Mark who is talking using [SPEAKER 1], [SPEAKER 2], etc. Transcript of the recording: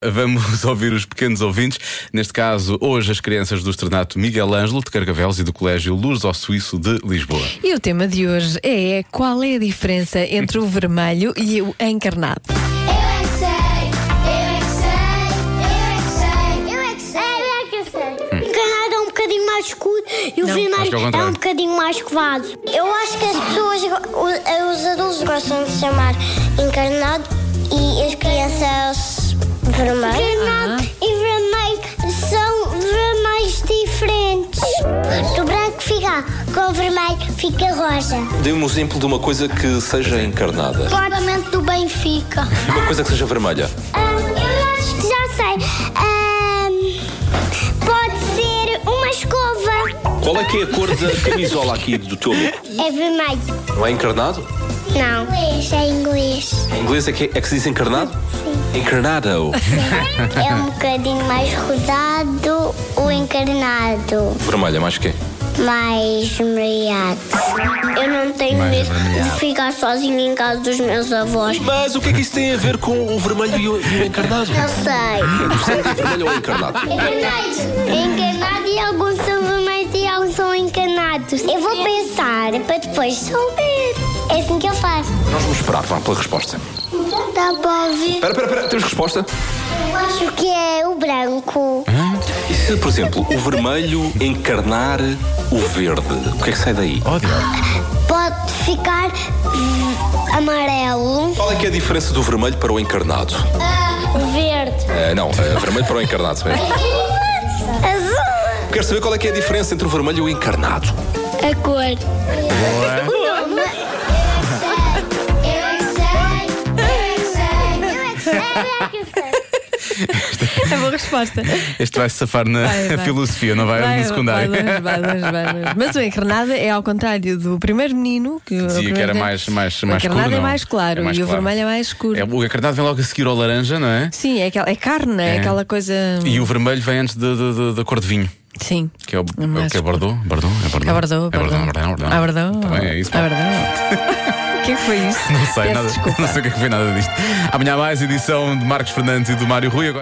[SPEAKER 1] Vamos ouvir os pequenos ouvintes. Neste caso, hoje, as crianças do Estrenato Miguel Ângelo de Carcavelos e do Colégio Luz ao Suíço de Lisboa.
[SPEAKER 2] E o tema de hoje é qual é a diferença entre o vermelho e o encarnado?
[SPEAKER 3] Eu é que sei, eu é que sei, eu é que sei, eu é que sei, eu é que sei, eu é que sei. Encarnado é um bocadinho mais escuro e o
[SPEAKER 1] Acho que é o contrário. é um
[SPEAKER 3] bocadinho mais covado. Eu acho que as pessoas, go- os adultos gostam de chamar encarnado e as crianças vermelho. Encarnado e vermelho são vermelhos diferentes. Do branco fica com o vermelho fica rosa.
[SPEAKER 4] Dê-me um exemplo de uma coisa que seja encarnada.
[SPEAKER 3] Parlamento do Benfica.
[SPEAKER 4] Uma coisa que seja vermelha.
[SPEAKER 3] Ah, eu acho que já sei. pode ser uma escova.
[SPEAKER 4] Qual é que é a cor da camisola aqui do teu amigo?
[SPEAKER 3] É vermelho.
[SPEAKER 4] Não é encarnado?
[SPEAKER 3] Não. Inglês, é inglês.
[SPEAKER 4] Em inglês é que, é que se diz encarnado? Sim. Encarnado.
[SPEAKER 3] É um bocadinho mais rodado o encarnado.
[SPEAKER 4] Vermelha, mais que é?
[SPEAKER 3] Mais vermelhado. Eu não tenho medo de ficar sozinho em casa dos meus avós.
[SPEAKER 4] Mas o que é que isso tem a ver com o vermelho e o, e o é encarnado?
[SPEAKER 3] Não sei.
[SPEAKER 4] O vermelho ou o encarnado?
[SPEAKER 3] Encarnados. Encarnados e alguns são vermelhos e alguns são encanados. Eu vou pensar para depois souber. É assim que eu faço.
[SPEAKER 4] Nós vamos esperar, vá, pela resposta.
[SPEAKER 3] Dá para ouvir.
[SPEAKER 4] Espera, espera, espera, temos resposta?
[SPEAKER 3] Tá Eu acho que é o branco.
[SPEAKER 4] E se, por exemplo, o vermelho encarnar o verde, o que é que sai daí?
[SPEAKER 3] Pode ficar hum, amarelo. Ah,
[SPEAKER 4] Qual é que é a diferença do vermelho para o encarnado?
[SPEAKER 3] Verde.
[SPEAKER 4] Eh, não, eh, vermelho para o encarnado. espera.
[SPEAKER 3] É Azul.
[SPEAKER 4] Quero saber qual é que é a diferença entre o vermelho e o encarnado.
[SPEAKER 3] A cor.
[SPEAKER 1] É
[SPEAKER 3] O nome. Eu é que sei. Eu é que sei. Eu é que sei. Eu é que sei.
[SPEAKER 2] É boa resposta.
[SPEAKER 1] Este vai se safar na
[SPEAKER 2] Vai, vai.
[SPEAKER 1] filosofia, não vai, no secundário.
[SPEAKER 2] vai longe, vai longe, vai longe. Mas o encarnado é ao contrário do primeiro menino que,
[SPEAKER 1] Dizia
[SPEAKER 2] o
[SPEAKER 1] que
[SPEAKER 2] primeiro
[SPEAKER 1] era
[SPEAKER 2] menino-
[SPEAKER 1] mais, mais,
[SPEAKER 2] o
[SPEAKER 1] mais escuro.
[SPEAKER 2] encarnado é
[SPEAKER 1] não?
[SPEAKER 2] mais claro
[SPEAKER 1] É mais
[SPEAKER 2] e o
[SPEAKER 1] claro.
[SPEAKER 2] vermelho é mais escuro.
[SPEAKER 1] É, o encarnado vem logo a seguir ao laranja, não é?
[SPEAKER 2] Sim, é, aquela, é carne, é.
[SPEAKER 1] É.
[SPEAKER 2] aquela coisa.
[SPEAKER 1] E o vermelho vem antes de- de- de- da cor de vinho,
[SPEAKER 2] Sim.
[SPEAKER 1] que é o,
[SPEAKER 2] É
[SPEAKER 1] é
[SPEAKER 2] mais
[SPEAKER 1] o que é Bordeaux. Bordeaux? É Bordeaux.
[SPEAKER 2] Abordou,
[SPEAKER 1] É Bordeaux, Bordeaux, Bordeaux.
[SPEAKER 2] abordou.
[SPEAKER 1] Tá bem, é isso. pá.
[SPEAKER 2] O que é que foi isso?
[SPEAKER 1] Não sei,
[SPEAKER 2] Peço
[SPEAKER 1] nada,
[SPEAKER 2] Desculpa.
[SPEAKER 1] não sei o que é que foi nada disto. Amanhã há mais edição de Marcos Fernandes e do Mário Rui agora.